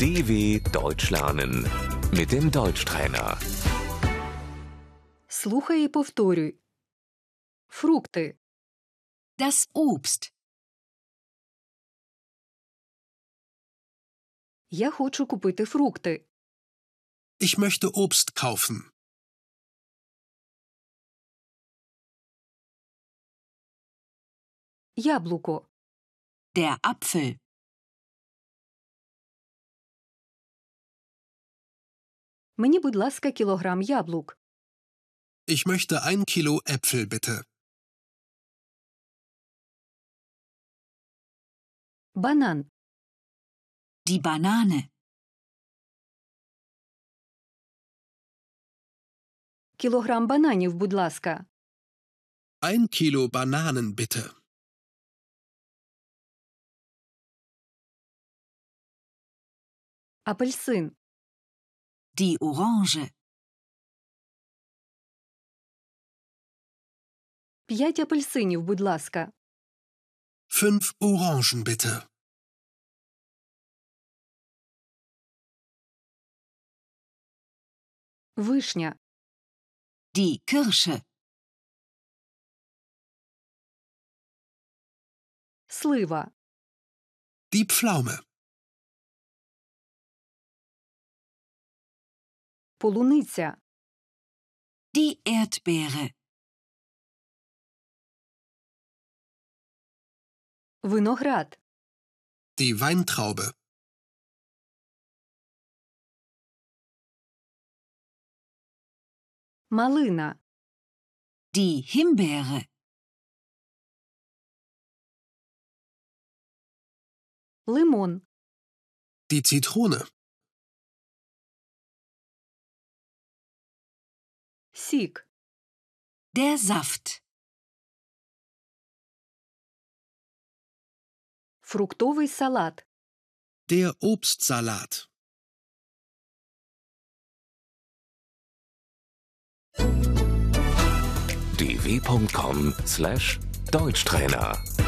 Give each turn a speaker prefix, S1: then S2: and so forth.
S1: DW Deutsch lernen mit dem Deutschtrainer.
S2: Слухай і повторюй. Фрукти,
S3: Das Obst.
S2: я хочу купити фрукти,
S4: Ich möchte Obst kaufen.
S2: яблуко,
S3: Der Apfel.
S2: мені, будь ласка, кілограм яблук,
S4: Ich möchte ein Kilo Äpfel bitte.
S2: банан,
S3: Die Banane.
S2: кілограм бананів, будь ласка,
S4: Ein Kilo Bananen bitte.
S2: апельсин,
S3: Die Orange.
S2: п'ять апельсинів, будь ласка,
S4: Fünf Orangen bitte.
S2: вишня,
S3: Die Kirsche.
S2: слива,
S4: Die Pflaume.
S2: полуниця,
S3: Die Erdbeere.
S2: виноград,
S4: Die Weintraube.
S2: малина,
S3: Die Himbeere.
S2: лимон,
S4: Die Zitrone.
S2: сік,
S3: Der Saft.
S2: фруктовий салат,
S4: Der Obstsalat.
S1: dw.com/deutschtrainer